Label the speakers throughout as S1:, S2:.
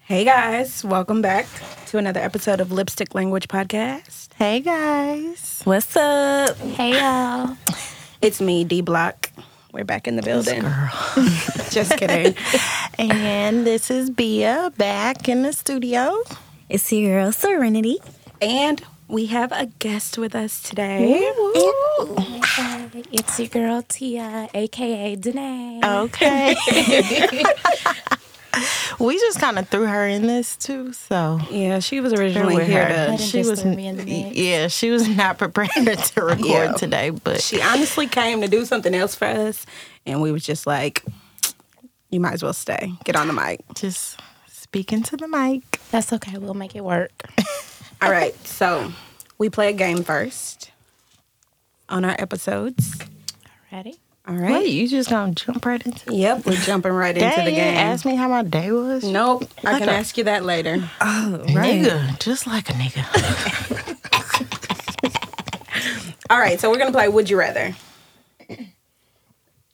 S1: Hey guys, welcome back to another episode of Lipstick Language Podcast.
S2: Hey guys.
S3: What's up?
S2: Hey y'all.
S1: It's me, D Block. We're back in the building. Just kidding.
S2: And this is Bia back in the studio.
S3: It's your girl Serenity.
S1: and we have a guest with us today.
S4: It's your girl Tia, aka Danae.
S2: Okay. we just kind of threw her in this too, so
S1: Yeah, she was originally
S2: with
S1: here
S2: her.
S1: to.
S4: didn't
S2: she
S4: just
S2: was
S4: throw me in the mix.
S2: yeah, she was not prepared to record
S1: Yeah.
S2: today, but
S1: She honestly came to do something else for us, and we was just like, "You might as well stay. Get on the mic."
S2: just speaking to the mic.
S4: That's okay. We'll make it work.
S1: All right, so we play a game first on our episodes.
S4: Ready?
S1: All
S2: Right?
S1: right.
S2: you just gonna jump right into
S1: Yep, we're jumping right
S2: Dang,
S1: into the
S2: you
S1: game.
S2: didn't Ask me how my day was.
S1: Nope, I can
S2: Okay.
S1: ask you that later.
S3: Oh,
S2: Nigga, just like a nigga.
S1: All right, so we're gonna play Would You Rather.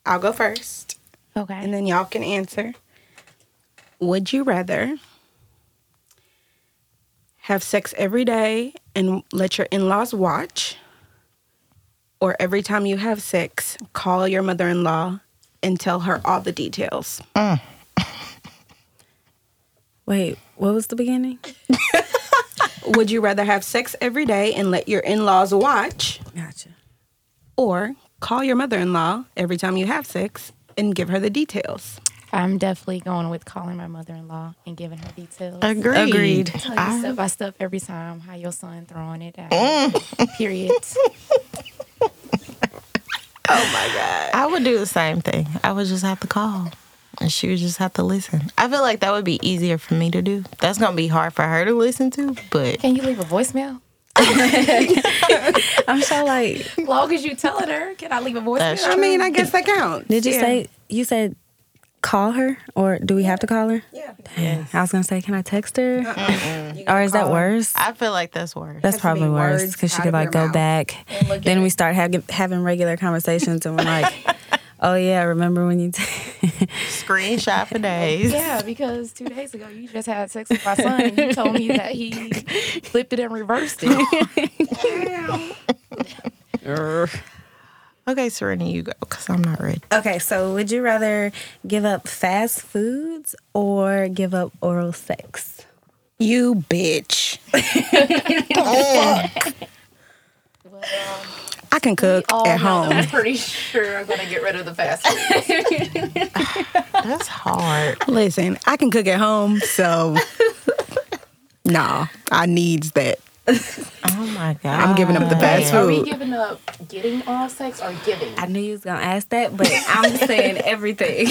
S1: I'll go first,
S4: Okay.
S1: and then y'all can answer. Would you rather have sex every day and let your in laws watch, or every time you have sex, call your mother in law and tell her all the details?
S3: Wait, what was the beginning?
S1: Would you rather have sex every day and let your in laws watch,
S3: Gotcha.
S1: or call your mother in law every time you have sex and give her the details?
S4: I'm definitely going with calling my mother in law and giving her details.
S2: Agreed.
S3: Agreed.
S4: Tell you
S2: I-
S4: step by step every time how your son throwing it out. Period.
S2: I would do the same thing. I would just have to call. And she would just have to listen. I feel like that would be easier for me to do. That's gonna be hard for her to listen to, but
S4: Can you leave a voicemail?
S3: I'm so like,
S4: Long as you telling her, can I leave a voicemail?
S2: That's
S1: I mean, I guess that counts.
S3: did you
S1: Yeah.
S3: say you said call her or do we have to call her?
S1: Yeah.
S3: I was gonna say, can I text her? Or is that worse?
S2: I feel like that's worse.
S3: That's
S1: Has to be
S3: probably worse
S1: words
S3: because she
S1: out
S3: could
S1: of your
S3: like go
S1: mouth.
S3: back. Then we start having having regular conversations and we're like, oh yeah, remember when you? T-
S2: Screenshot for days.
S4: Yeah, because two days ago you just had sex with my son and you told me that he flipped it and reversed it.
S2: Okay, Serenity, you go, because I'm not ready.
S3: okay, so would you rather give up fast foods or give up oral sex?
S1: You bitch. I can cook at home.
S4: pretty sure I'm gonna get rid of the fast food.
S2: That's hard.
S1: Listen, I can cook at home, so nah, I needs that.
S2: Oh my god.
S1: I'm giving up the fast
S4: Are we
S1: food.
S4: giving up getting oral sex or giving?
S3: I knew you was gonna ask that, but I'm saying everything.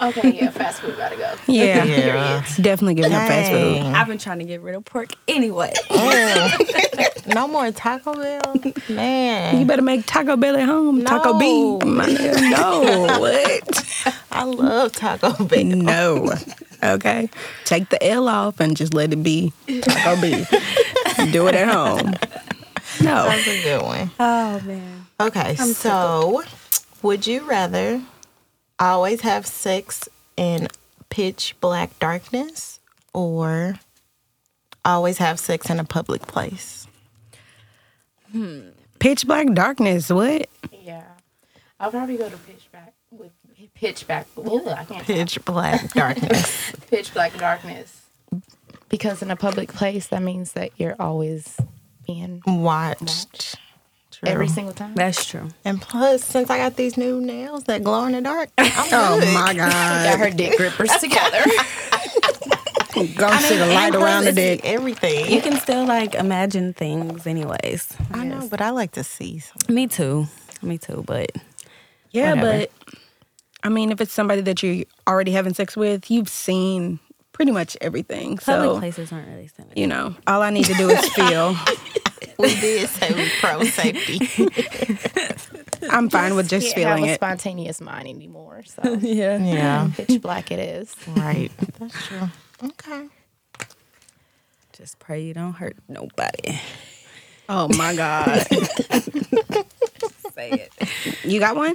S4: Okay, yeah, fast food gotta go.
S1: Yeah,
S2: Yeah.
S1: definitely giving up fast food.
S3: I've been trying to get rid of pork anyway.
S2: Mm. no more Taco Bell,
S1: You
S2: man.
S1: better make Taco Bell at home. Taco B.
S2: No.
S1: my nigga. No, what?
S2: I love Taco Bell.
S1: Oh, No. Okay. Take the L off and just let it be Taco B. Do it at home. No.
S2: That's a good one.
S3: Oh man.
S2: Okay, so would you rather always have sex in pitch black darkness or always have sex in a public place?
S1: Pitch black darkness. What?
S4: Yeah, I'll probably go to pitch black with pitch black. Ooh, I can't pitch.
S2: Pitch black darkness.
S4: pitch black darkness. Because in a public place, that means that you're always being
S2: Watched. True.
S4: every single time.
S3: That's true.
S2: and plus, since I got these new nails that glow in the dark, I'm
S1: Oh
S2: good.
S1: my
S4: Got
S1: God.
S4: her dick grippers together.
S1: Go see the light around the dick.
S2: Everything.
S3: You can still like imagine things, anyways.
S2: I know, but I like to see. Something.
S3: Me too. Me too. But
S1: Yeah,
S3: Whatever.
S1: but I mean, if it's somebody that you're already having sex with, you've seen pretty much everything.
S3: public
S1: So,
S3: places aren't really similar.
S1: you know, all I need to do is feel.
S2: We did say we pro safety.
S1: I'm fine with just
S4: can't
S1: feeling
S4: have a
S1: it.
S4: spontaneous mind anymore. So
S3: Yeah.
S2: yeah,
S4: pitch black it is.
S2: right. That's true. Okay.
S3: Just pray you don't hurt nobody.
S1: Oh my God.
S3: Say it.
S1: you got one?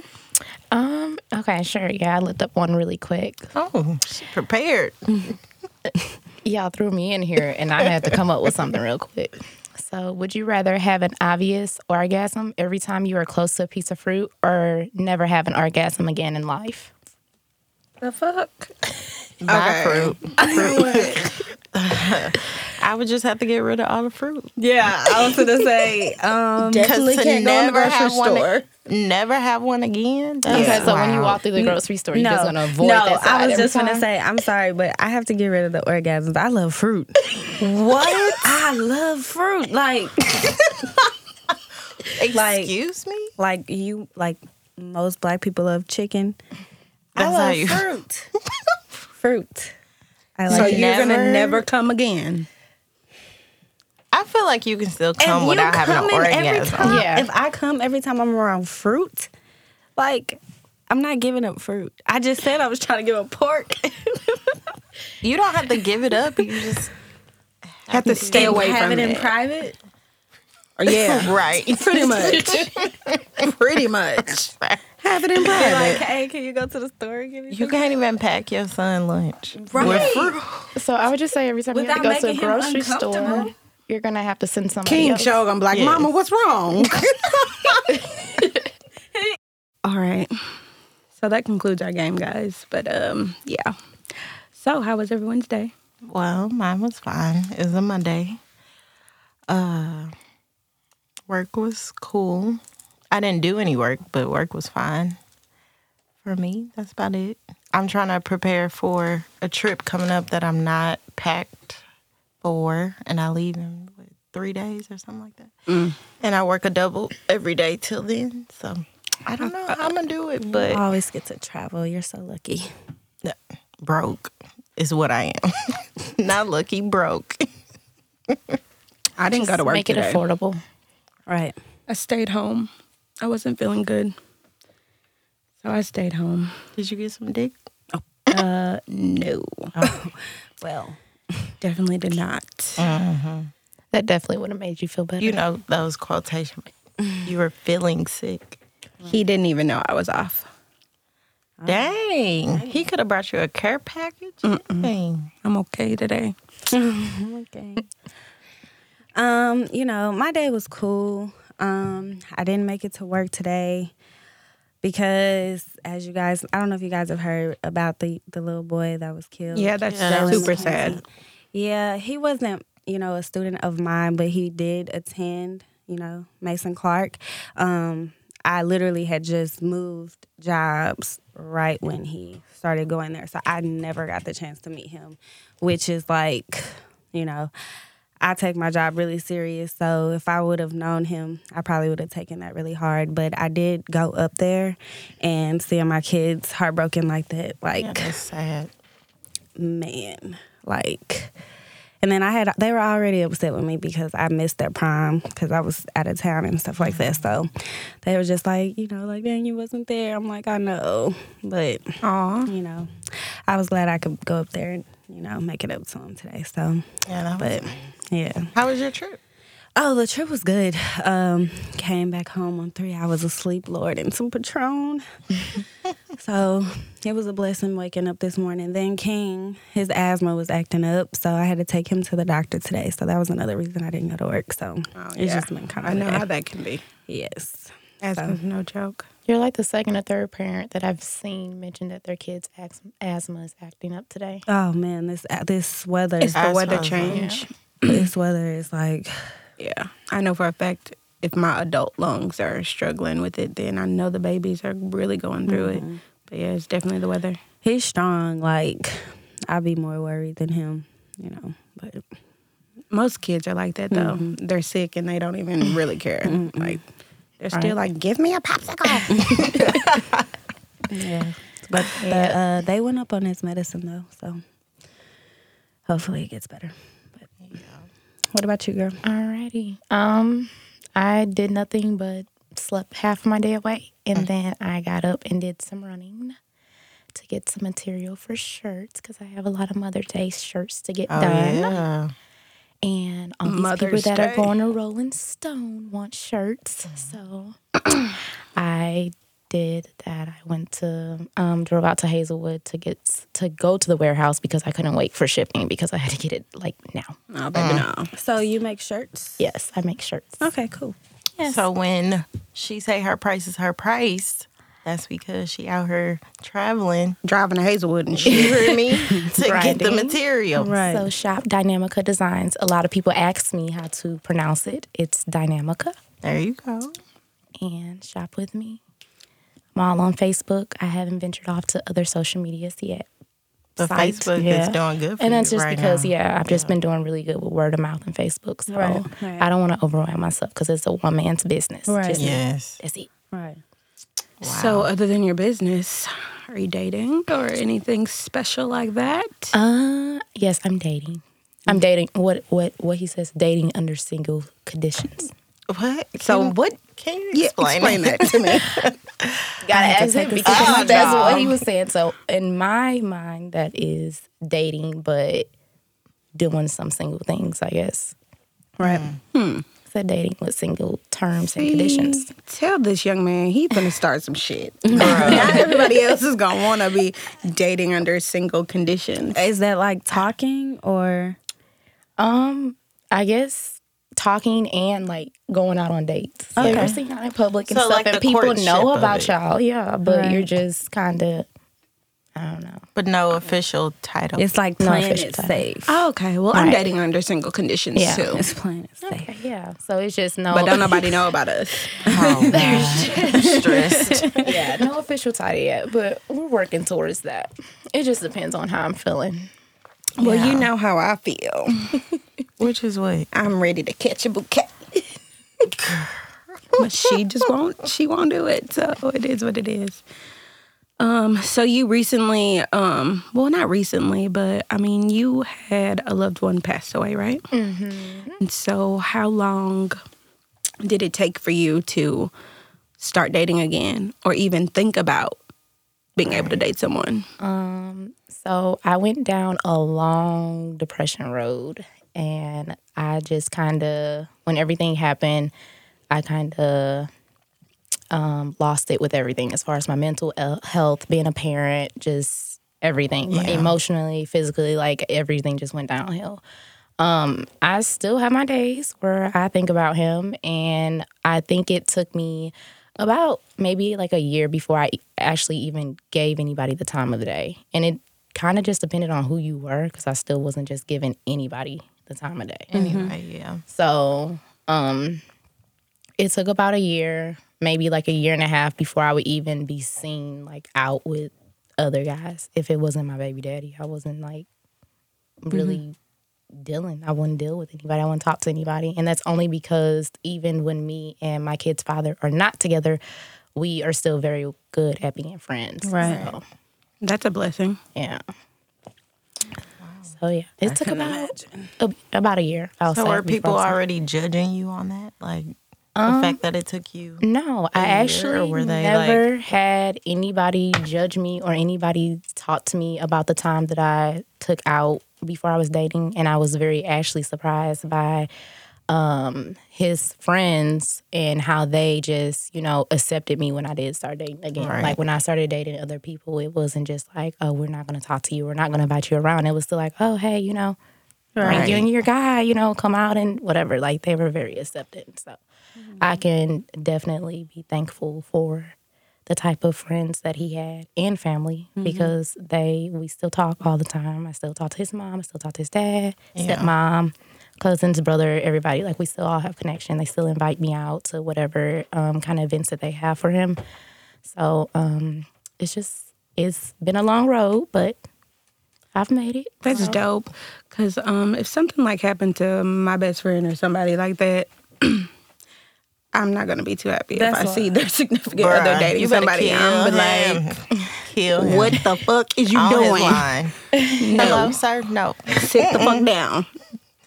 S4: Um. Okay. Sure. Yeah. I looked up one really quick.
S2: Oh, she prepared.
S4: y'all threw me in here and I had to come up with something real quick. So, would you rather have an obvious orgasm every time you are close to a piece of fruit or never have an orgasm again in life?
S1: The fuck?
S2: Buy
S1: Okay.
S2: fruit. I would just have to get rid of all the fruit.
S3: Yeah, I was gonna say, um,
S2: Because
S3: definitely
S2: to
S3: can't go in the
S2: never
S3: grocery
S2: have
S3: store.
S2: one, never have one again. That's
S4: Okay, so when you
S2: wild.
S4: walk through the grocery store, you're just gonna avoid
S3: no,
S4: that. side
S3: I was
S4: every
S3: just gonna
S4: time?
S3: say, I'm sorry, but I have to get rid of the orgasms. I love fruit.
S2: what?
S3: I love fruit. Like, Like-
S2: Excuse me.
S3: like you, like most black people love chicken.
S2: That's how you-
S3: I love fruit. fruit. I
S1: So
S3: like it.
S1: you're gonna
S2: never-
S1: never come again.
S2: I feel like you can still come
S3: you
S2: without having an
S3: come in every
S2: orgasm.
S3: time-
S4: Yeah.
S3: If I come every time I'm around fruit, like I'm not giving up fruit. I just said I was trying to give up pork.
S2: You don't have to give it up. You just
S1: Have to stay away
S3: have
S1: from
S3: it in
S1: it.
S3: private.
S1: Yeah,
S2: right.
S1: pretty much. pretty much. Have it in
S3: Like,
S1: private.
S3: hey, can you go to the store and give me?
S2: You can't even pack your son lunch.
S3: Right.
S4: So I would just say every time
S3: Without
S4: you have to go to a
S3: making him
S4: grocery store,
S3: uncomfortable.
S4: you're gonna have to send somebody
S1: King
S4: else.
S1: Shogun, I'm like,
S2: Yes.
S1: Mama, what's wrong? All right. So that concludes our game, guys. But um, yeah. So how was everyone's day?
S2: Well, mine was fine. It was a Monday. Uh, work was cool. I didn't do any work, but work was fine for me. That's about it. I'm trying to prepare for a trip coming up that I'm not packed for, and I leave in what, three days or something like that. And I work a double every day till then. So I don't know how I'm gonna do it, but
S3: I always get to travel. You're so lucky.
S2: broke is what I am. not lucky, broke.
S1: I didn't go to work
S4: Make
S1: today.
S4: it affordable.
S3: Right.
S1: I stayed home. I wasn't feeling good, so I stayed home.
S2: Did you get some dick?
S1: Uh, no, Oh.
S3: Well,
S1: definitely did not.
S4: That definitely would have made you feel better.
S2: You know those quotation. You were feeling sick.
S1: He didn't even know I was off.
S2: Oh. Dang, he could have brought you a care package. Dang.
S1: I'm okay today.
S3: okay. um, you know, my day was cool. Um, I didn't make it to work today because, as you guys, I don't know if you guys have heard about the the little boy that was killed.
S1: Yeah, that's
S2: Yeah, that
S1: super
S3: was
S1: sad.
S3: Yeah, he wasn't, you know, a student of mine, but he did attend, you know, Mason Clark. Um, I literally had just moved jobs right when he started going there. So I never got the chance to meet him, which is like, you know, I take my job really serious. So if I would have known him, I probably would have taken that really hard. But I did go up there and seeing my kids heartbroken like that, like
S2: Yeah, that's sad.
S3: man, like. And then I had they were already upset with me because I missed their prom because I was out of town and stuff like that. So they were just like, you know, like dang, you wasn't there. I'm like, I know, but
S1: Aw.
S3: you know, I was glad I could go up there and you know make it up to them today. So,
S2: Yeah, that was
S3: but yeah.
S2: How was your trip?
S3: Oh, the trip was good. Um, came back home on three hours of sleep, Lord, and some Patron. so it was a blessing waking up this morning. Then King, his asthma was acting up, so I had to take him to the doctor today. So that was another reason I didn't go to work. So it's just been kind of
S1: Oh, I know how that can be.
S3: yes.
S1: Asthma's no joke.
S4: You're like the second or third parent that I've seen mention that their kids' ax- asthma is acting up today.
S3: Oh man, this this weather,
S1: It's the
S2: Asthma
S1: weather
S2: is a-
S1: change.
S3: this weather is like
S1: Yeah. I know for a fact if my adult lungs are struggling with it, then I know the babies are really going through it. But yeah, it's definitely the weather.
S3: he's strong. Like I'd be more worried than him, you know. But
S1: Most kids are like that though. They're sick and they don't even really care. Like they're still like, give me a popsicle.
S3: Yeah. But but uh, they went up on his medicine though, so hopefully it gets better. But what about you, girl?
S4: Alrighty. Um, I did nothing but slept half my day away, and then I got up and did some running to get some material for shirts because I have a lot of Mother's Day shirts to get done.
S2: Oh, yeah.
S4: And all these
S1: Mother's
S4: people that
S1: Day.
S4: are going to Rolling Stone want shirts. So I did that. I went to um, drove out to Hazelwood to get s- to go to the warehouse because I couldn't wait for shipping because I had to get it like now.
S1: No, baby, no.
S3: So you make shirts?
S4: Yes, I make shirts.
S3: Okay, cool.
S2: So when she say her price is her price, that's because she out here traveling.
S1: Driving to Hazelwood and shit.
S2: You heard me? to get the
S4: Grinding.
S2: material.
S3: Right.
S4: So shop Dynamica Designs. A lot of people ask me how to pronounce it. It's Dynamica.
S2: There you go.
S4: and shop with me. I'm all on Facebook. I haven't ventured off to other social medias yet.
S2: The
S4: Site,
S2: Facebook is
S4: yeah.
S2: doing good for
S4: And
S2: you
S4: that's just
S2: right
S4: because,
S2: now.
S4: yeah, I've just been doing really good with word of mouth and Facebook. So
S3: Right, right.
S4: I don't want to overwhelm myself because it's a one man's business.
S3: Right.
S4: Just-
S2: Yes.
S4: That's it.
S3: Right.
S1: So, other than your business, are you dating or anything special like that?
S4: Uh, yes, I'm dating.
S2: Mm-hmm.
S4: I'm dating. What what what he says? Dating under single conditions.
S2: What?
S1: So
S2: Can-
S1: what-
S2: Can you
S1: Yeah, explain
S2: explain, it?
S1: that to me.
S4: Gotta ask
S3: take
S4: him
S3: a
S4: because
S2: second. Oh,
S4: that's
S2: no.
S4: what he was saying. So in my mind, that is dating, but doing some single things, I guess.
S1: right.
S2: Mm.
S4: So dating with single terms and conditions.
S1: Tell this young man he gonna start some shit. Not everybody else is gonna wanna be dating under single conditions.
S3: Is that like talking or
S4: Um, I guess talking and like going out on dates. Okay.
S3: Okay.
S4: You're seen out in public and
S2: So,
S4: stuff,
S2: like, the
S4: and people
S2: courtship
S4: know
S2: of
S4: about
S2: it.
S4: y'all. Yeah, but
S3: Right.
S4: you're just kind of, I don't know.
S2: But no official title.
S3: it's Oh. like
S4: No
S3: playing
S4: official
S3: it
S4: title.
S3: safe?
S1: Oh, okay, well I'm
S4: Right.
S1: dating under single conditions
S4: Yeah.
S1: too,
S3: It's playing it safe.
S4: Okay, yeah. So it's just no.
S1: but don't nobody know about us.
S2: oh, God. I'm stressed.
S4: yeah, no official title yet, but we're working towards that. It just depends on how I'm feeling.
S1: Well, you know how I feel.
S2: Which is what?
S1: I'm ready to catch a bouquet. but she just won't. She won't do it. So it is what it is. Um. So you recently, um, well, not recently, but I mean, you had a loved one pass away, right? Mm-hmm. And so, how long did it take for you to start dating again, or even think about being able to date someone?
S4: Um, so I went down a long depression road and I just kind of when everything happened, I kind of um lost it with everything as far as my mental el- health, being a parent, just everything, like, emotionally, physically, like everything just went downhill. Um, I still have my days where I think about him, and I think it took me about maybe like a year before I actually even gave anybody the time of the day. And it kind of just depended on who you were because I still wasn't just giving anybody the time of day.
S2: Mm-hmm. Anyway, yeah.
S4: So, um, it took about a year, maybe like a year and a half before I would even be seen like out with other guys. If it wasn't my baby daddy, I wasn't like really
S2: Mm-hmm.
S4: dealing. I wouldn't deal with anybody. I wouldn't talk to anybody. And that's only because even when me and my kid's father are not together, we are still very good at being friends.
S3: Right.
S4: So,
S1: That's a blessing.
S4: yeah. So yeah, it took about a, about a year. I'll
S2: So
S4: say,
S2: are
S4: before I
S2: people
S4: was-
S2: already judging you on that? Like
S1: Um,
S2: the fact that it took you
S4: No, I
S2: year, or
S4: actually
S2: were they,
S4: never had anybody judge me or anybody talk to me about the time that I took out before I was dating, and I was very actually surprised by um, his friends and how they just you know accepted me when I did start dating again.
S2: Right.
S4: Like when I started dating other people, it wasn't just like oh we're not going to talk to you, we're not going to invite you around. It was still like oh hey you know. Like you and your guy, you know, come out and whatever. Like they were very accepting. So I can definitely be thankful for the type of friends that he had and family because they we still talk all the time. I still talk to his mom, I still talk to his dad, stepmom, cousins, brother, everybody. Like we still all have connection. They still invite me out to whatever um, kind of events that they have for him. So um, it's just it's been a long road, but I've made it.
S1: That's dope. Cause um, if something like happened to my best friend or somebody like that, I'm not gonna be too happy
S3: That's
S1: if I
S3: why.
S1: see their significant
S2: Bruh,
S1: other dating
S2: you better
S1: somebody.
S2: kill
S1: I'm
S2: him.
S1: like,
S2: kill him.
S1: what the fuck is you
S2: on his
S1: doing?
S2: line. Hello, sir. No.
S1: Sit the fuck down.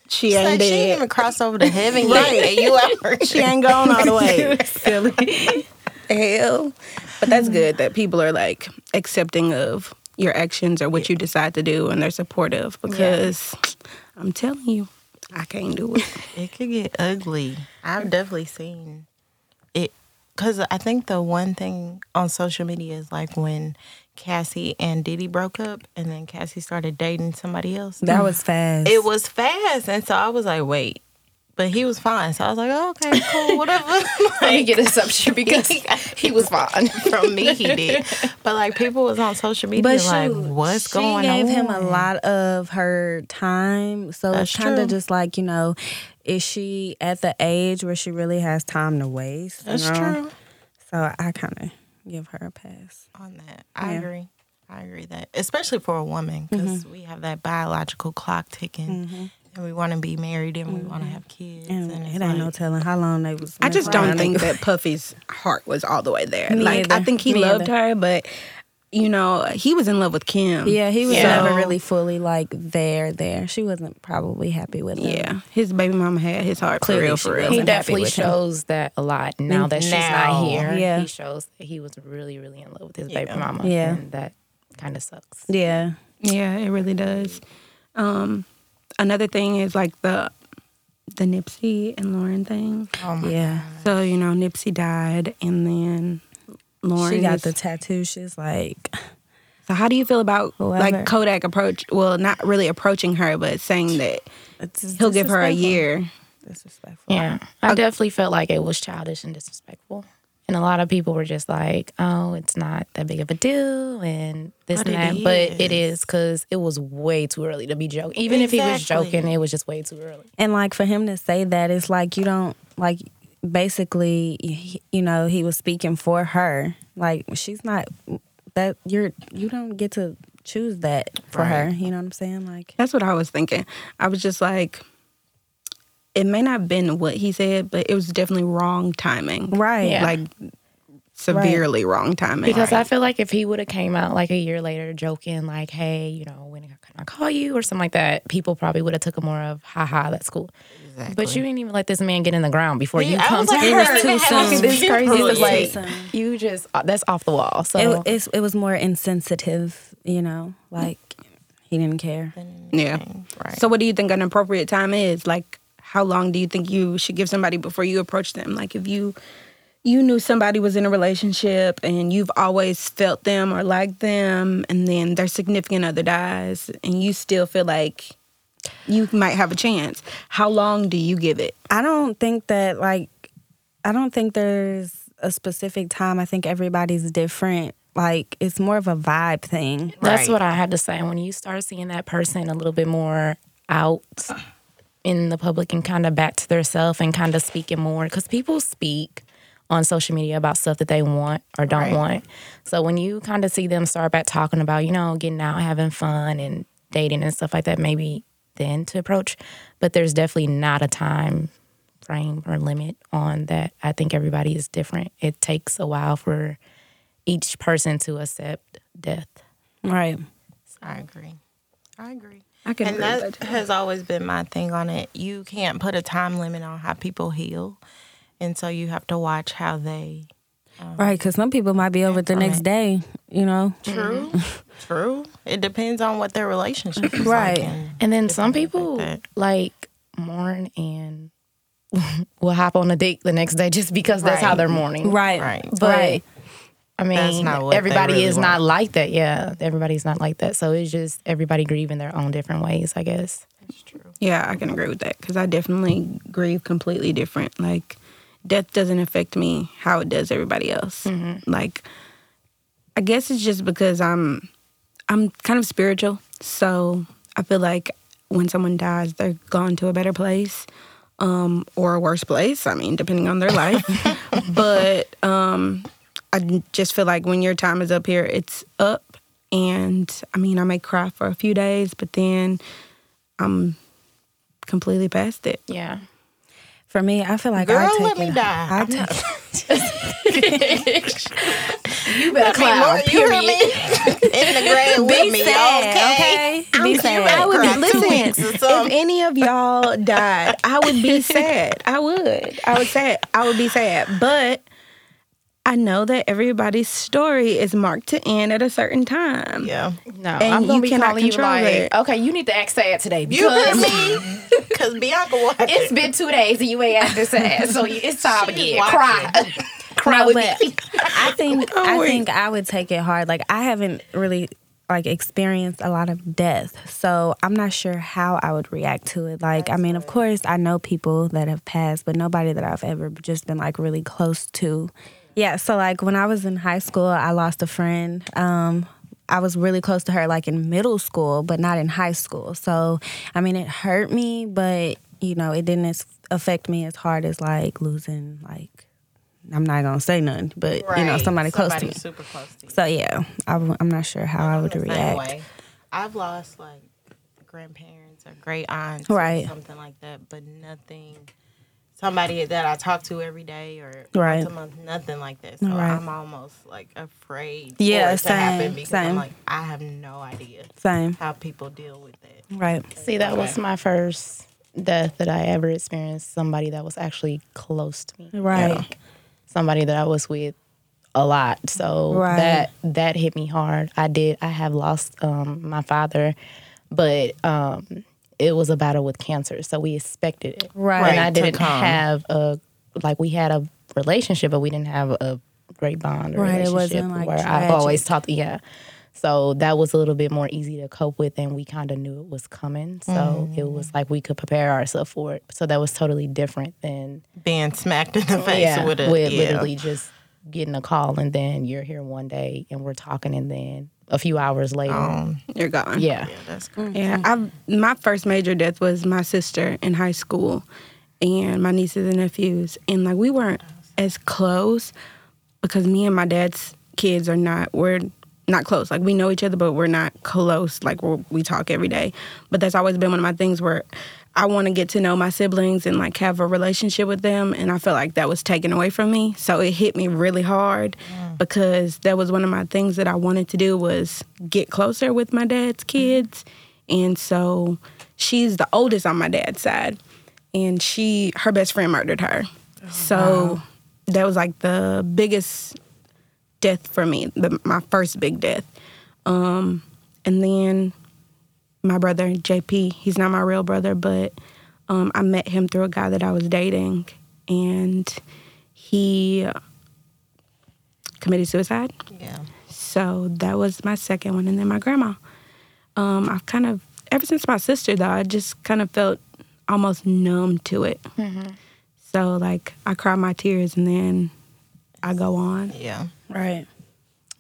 S1: She
S2: Like,
S1: ain't
S2: she didn't
S1: dead.
S2: even cross over to heaven yet. and you out.
S1: She ain't gone all the way. Silly. Hell. But that's good that people are like accepting of your actions or what you decide to do and they're supportive because I'm telling you, I can't do it.
S2: It could get ugly. I've definitely seen it because I think the one thing on social media is like when Cassie and Diddy broke up, and then Cassie started dating somebody else.
S3: That was fast.
S2: It was fast, and so I was like, wait. But he was fine, so I was like, oh, okay, cool, whatever.
S4: Let me get this up shit because he was fine.
S2: From me, he did. But like, people was on social media
S3: But
S2: like,
S3: shoot,
S2: what's
S3: she
S2: going on?
S3: gave him a lot of her time, so
S2: That's
S3: it's kind
S2: true.
S3: of just like you know, is she at the age where she really has time to waste? you
S2: That's
S3: know?
S2: true.
S3: So I kind of give her a pass.
S2: on that. I
S3: Yeah. Mm-hmm.
S2: agree. I agree that, especially for a woman, because we have that biological clock ticking, and we want to be married and we want to have kids.
S3: Mm-hmm. And
S2: And, it's
S3: it ain't no
S2: like-
S3: telling how long they was.
S1: I just don't
S3: around.
S1: think that Puffy's heart was all the way there.
S3: Me
S1: like I
S3: either.
S1: think he
S3: Me
S1: loved
S3: either.
S1: her, but you know he was in love with Kim.
S3: Yeah, he was
S2: So-
S3: never really fully like there. There, she wasn't probably happy with him.
S1: yeah. His baby mama had his heart
S3: Clearly she
S1: for real, for
S4: He
S1: real.
S3: wasn't. happy
S4: definitely
S3: with him.
S4: shows that a lot now that she's
S2: Now.
S4: not here.
S3: Yeah.
S4: He shows that he was really, really in love with his baby mama.
S3: Yeah.
S4: And that kind of sucks.
S3: Yeah,
S1: Yeah, it really does. Um, another thing is like the the Nipsey and Lauren thing.
S2: Oh my
S3: yeah.
S1: So you know Nipsey died, and then Lauren.
S3: She got
S1: is-
S3: the tattoo. She's like,
S1: so how do you feel about
S3: Whoever.
S1: like Kodak approach? Well, not really approaching her, but saying that
S3: it's just
S1: he'll give her a
S3: disrespectful.
S1: year.
S3: Disrespectful.
S4: Yeah. I definitely felt like it was childish and disrespectful. And a lot of people were just like, oh, it's not that big of a deal and this
S2: But
S4: and that.
S2: it
S4: But it
S2: is.
S4: is because it was way too early to be joking. Even if he was
S2: Exactly.
S4: joking, it was just way too early.
S3: And like for him to say that, it's like you don't like. Basically, he- you know, he was speaking for her. Like she's not that you're. You don't get to choose that for her. You know what I'm saying? Like
S1: That's what I was thinking. I was just like, it may not have been what he said, but it was definitely wrong timing.
S3: right.
S4: Mm-hmm. Yeah.
S1: Like severely wrong timing.
S4: Because I feel like if he would have came out like a year later joking, like, hey, you know, when can I call you or something like that, people probably would have took it more of, ha ha, that's cool. But you didn't even let this man get in the ground before
S2: Yeah,
S4: you
S2: I
S4: come
S2: was like,
S4: to
S2: I heard
S3: too
S2: they had
S3: soon.
S2: a
S4: this crazy.
S2: funeral.
S4: It's like,
S3: Yeah.
S4: you just, uh, that's off the wall. So
S3: It, it's, it was more insensitive. You know, like he didn't care.
S1: yeah.
S2: Right.
S1: So what do you think an appropriate time is? Like how long do you think you should give somebody before you approach them? Like if you you knew somebody was in a relationship and you've always felt them or liked them and then their significant other dies and you still feel like you might have a chance. How long do you give it?
S3: I don't think that like I don't think there's a specific time. I think everybody's different. Like it's more of a vibe thing.
S4: That's
S2: Right.
S4: what I had to say. When you start seeing that person a little bit more out in the public and kind of back to their self and kind of speaking more, because people speak on social media about stuff that they want or don't
S2: Right.
S4: want. So when you kind of see them start back talking about, you know, getting out, having fun and dating and stuff like that, maybe then to approach. But there's definitely not a time frame or limit on that. I think everybody is different. It takes a while for each person to accept death.
S3: Right.
S2: I agree. I agree.
S1: I can
S2: and
S1: agree with
S2: that
S1: that, too.
S2: has always been my thing on it. You can't put a time limit on how people heal, and so you have to watch how they.
S3: Right, because some people might be over the next day, you know.
S2: True.
S3: Mm-hmm.
S2: True. It depends on what their relationship is like
S3: Right.
S2: and-
S4: And then some
S2: things like
S4: people
S2: that.
S4: like, mourn and will hop on a date the next day just because that's how
S2: Right.
S4: they're mourning.
S3: Right.
S2: Right.
S4: But
S3: Right.
S4: I
S2: That's
S4: mean,
S2: not what they
S4: everybody
S2: really
S4: is
S2: want.
S4: not like that. Yeah, everybody's not like that. So it's just everybody grieving their own different ways, I guess.
S1: Yeah, I can agree with that because I definitely grieve completely different. Like, death doesn't affect me how it does everybody else.
S2: Mm-hmm.
S1: Like, I guess it's just because I'm, I'm kind of spiritual, so I feel like when someone dies, they're gone to a better place, um, or a worse place. I mean, depending on their life. but um, I just feel like when your time is up here, it's up. And I mean, I may cry for a few days, but then I'm completely past it.
S4: Yeah.
S3: For me, I feel like I
S2: Girl,
S3: take
S2: let me
S3: it.
S2: die.
S3: I
S2: I'm
S3: take,
S4: You better
S2: Come on, you hear me? In the grave with me, okay?
S3: okay. Be
S1: I
S3: sad.
S1: would
S2: cry
S1: be
S2: two weeks
S1: listen.
S2: or
S1: If
S2: something.
S1: any of y'all died, I would be sad. I would. I would sad. I would be sad. But I know that everybody's story is marked to end at a certain time.
S2: Yeah.
S4: No,
S1: And
S4: I'm
S1: you
S4: gonna be
S1: cannot
S4: calling you
S1: control
S4: like,
S1: it.
S4: okay, you need to act sad today
S2: You hear
S4: because
S2: me? Because Bianca will have
S4: it's been two days and you ain't acting sad, so you- it's time
S2: She
S4: again.
S2: watching.
S4: Cry,
S2: cry with
S3: but
S2: me. Oh,
S3: I think I
S2: wait.
S3: think I would take it hard. Like I haven't really like experienced a lot of death, so I'm not sure how I would react to it. Like I mean, of course, I know people that have passed, but nobody that I've ever just been like really close to. Yeah, so like when I was in high school, I lost a friend. Um, I was really close to her like in middle school, but not in high school. So, I mean, it hurt me, but you know, it didn't as- affect me as hard as like losing like I'm not gonna say nothing, but you know,
S2: Right.
S3: somebody, close to
S2: Somebody
S3: me.
S2: super close to you.
S3: So yeah, I w- I'm not sure how I would
S2: the same
S3: react.
S2: way. I've lost like grandparents or great aunts
S3: Right.
S2: or something like that, but nothing. Somebody that I talk to every day or
S3: Right.
S2: once a month, nothing like that. So
S3: Right.
S2: I'm almost like afraid for
S3: Yeah,
S2: it to happen
S3: same,
S2: because
S3: same.
S2: I'm like I have no idea
S3: Same,
S2: how people deal with that.
S3: right?
S4: See, that was my first death that I ever experienced. Somebody that was actually close to me.
S3: Right.
S4: Like, somebody that I was with a lot. So
S3: Right.
S4: that that hit me hard. I did. I have lost um, my father, but um, it was a battle with cancer, so we expected it.
S3: Right.
S4: And I
S2: Right, to
S4: didn't
S2: come.
S4: have a like we had a relationship, but we didn't have a great bond. Or
S3: Right, it
S4: relationship
S3: wasn't, like,
S4: where
S3: tragic.
S4: I always talked. Yeah. So that was a little bit more easy to cope with, and we kind of knew it was coming. So it
S3: Mm.
S4: was like we could prepare ourselves for it. So that was totally different than
S2: Being smacked in the face
S4: Oh, yeah,
S2: with a
S4: with
S2: yeah.
S4: literally just getting a call, and then you're here one day, and we're talking, and then a few hours later,
S1: You're gone.
S4: yeah,
S2: Oh, Yeah, that's crazy.
S1: Yeah, I my first major death was my sister in high school, and my nieces and nephews, and like we weren't as close because me and my dad's kids are not we're not close. Like we know each other, but we're not close. Like we're, we talk every day, but that's always been one of my things where I want to get to know my siblings and like have a relationship with them, and I felt like that was taken away from me. So it hit me really hard because that was one of my things that I wanted to do was get closer with my dad's kids. And so she's the oldest on my dad's side. And she, her best friend murdered her. so that was like the biggest death for me, the, my first big death. Um, and then my brother, JP, he's not my real brother, but um, I met him through a guy that I was dating. And he committed suicide.
S2: Yeah.
S1: So that was my second one, and then my grandma. Um, I've kind of ever since my sister though, I just kind of felt almost numb to it. So like I cry my tears and then I go on.
S2: Yeah.
S3: Right.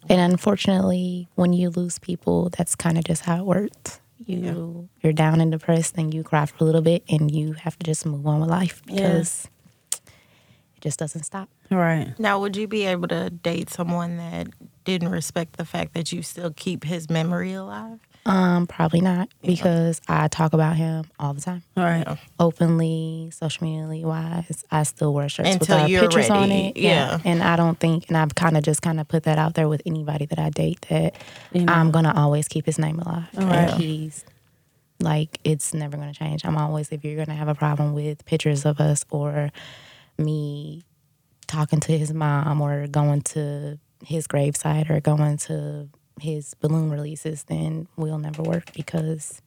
S4: And unfortunately, when you lose people, that's kind of just how it works. You you're down and depressed, and you cry for a little bit, and you have to just move on with life
S3: Yeah.
S4: because it just doesn't stop.
S3: Right.
S2: Now, would you be able to date someone that didn't respect the fact that you still keep his memory alive?
S4: Um, probably not because I talk about him all the time,
S3: Right.
S4: openly, social media wise. I still wear shirts
S2: Until
S4: with our
S2: you're
S4: pictures on
S2: ready.
S4: it.
S2: Yeah.
S4: and I don't think, and I've kind of just kind of put that out there with anybody that I date that
S3: You know.
S4: I'm gonna always keep his name alive.
S3: Right.
S4: And he's like it's never gonna change. I'm always if you're gonna have a problem with pictures of us or me talking to his mom or going to his gravesite or going to his balloon releases, then we'll never work because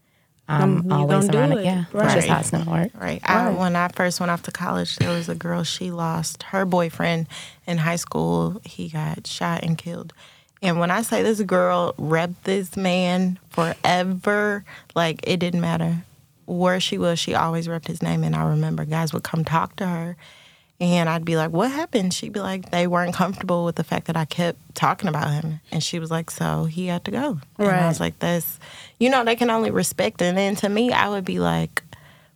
S4: I'm
S3: you
S4: always
S3: gonna do
S4: around
S3: it.
S4: it. Yeah,
S3: Right.
S4: that's just how it's gonna work.
S2: Right. I, when I first went off to college, there was a girl. She lost her boyfriend in high school. He got shot and killed. And when I say this girl repped this man forever, like it didn't matter where she was, she always repped his name. And I remember guys would come talk to her, and I'd be like, "What happened?" She'd be like, "They weren't comfortable with the fact that I kept talking about him." And she was like, "So he had to go." And I was
S3: Right.
S2: like, "That's, you know, they can only respect." And then to me, I would be like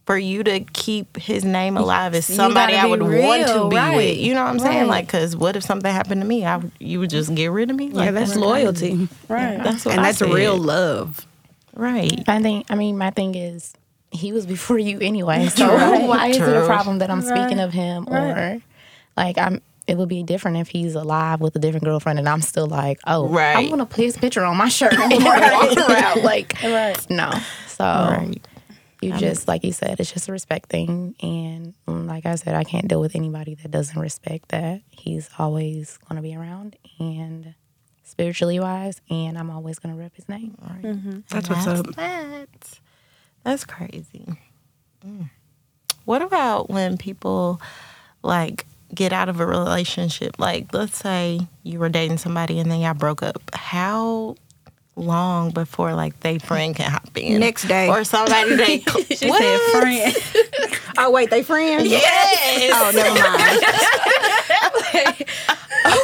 S2: for you to keep his name alive is
S3: You
S2: somebody
S3: gotta
S2: I would
S3: be
S2: want
S3: real,
S2: to be
S3: right.
S2: with. You know what I'm saying?
S3: Right.
S2: Like, cause what if something happened to me? I would- you would just get rid of me? Like,
S1: yeah, that's loyalty.
S3: Right.
S2: That's what
S1: And
S2: I
S1: that's
S2: said.
S1: real love.
S2: right?
S4: I think I mean my thing is he was before you anyway. So why is it
S2: True.
S4: a problem that I'm speaking of him or like I'm it would be different if he's alive with a different girlfriend and I'm still like, oh
S2: Right.
S4: I'm gonna put his picture on my shirt and walk around like no. So you just like you said, it's just a respect thing and like I said, I can't deal with anybody that doesn't respect that he's always gonna be around and spiritually wise and I'm always gonna rep his name.
S1: That's what's
S2: That's
S1: up.
S2: that. Um, That's crazy. Mm. What about when people like get out of a relationship? Like, let's say you were dating somebody and then y'all broke up. How long before like they friend can hop in?
S1: Next day.
S2: or somebody they
S3: She said friend.
S1: Oh wait, they friends.
S2: Yes.
S1: Oh, never mind.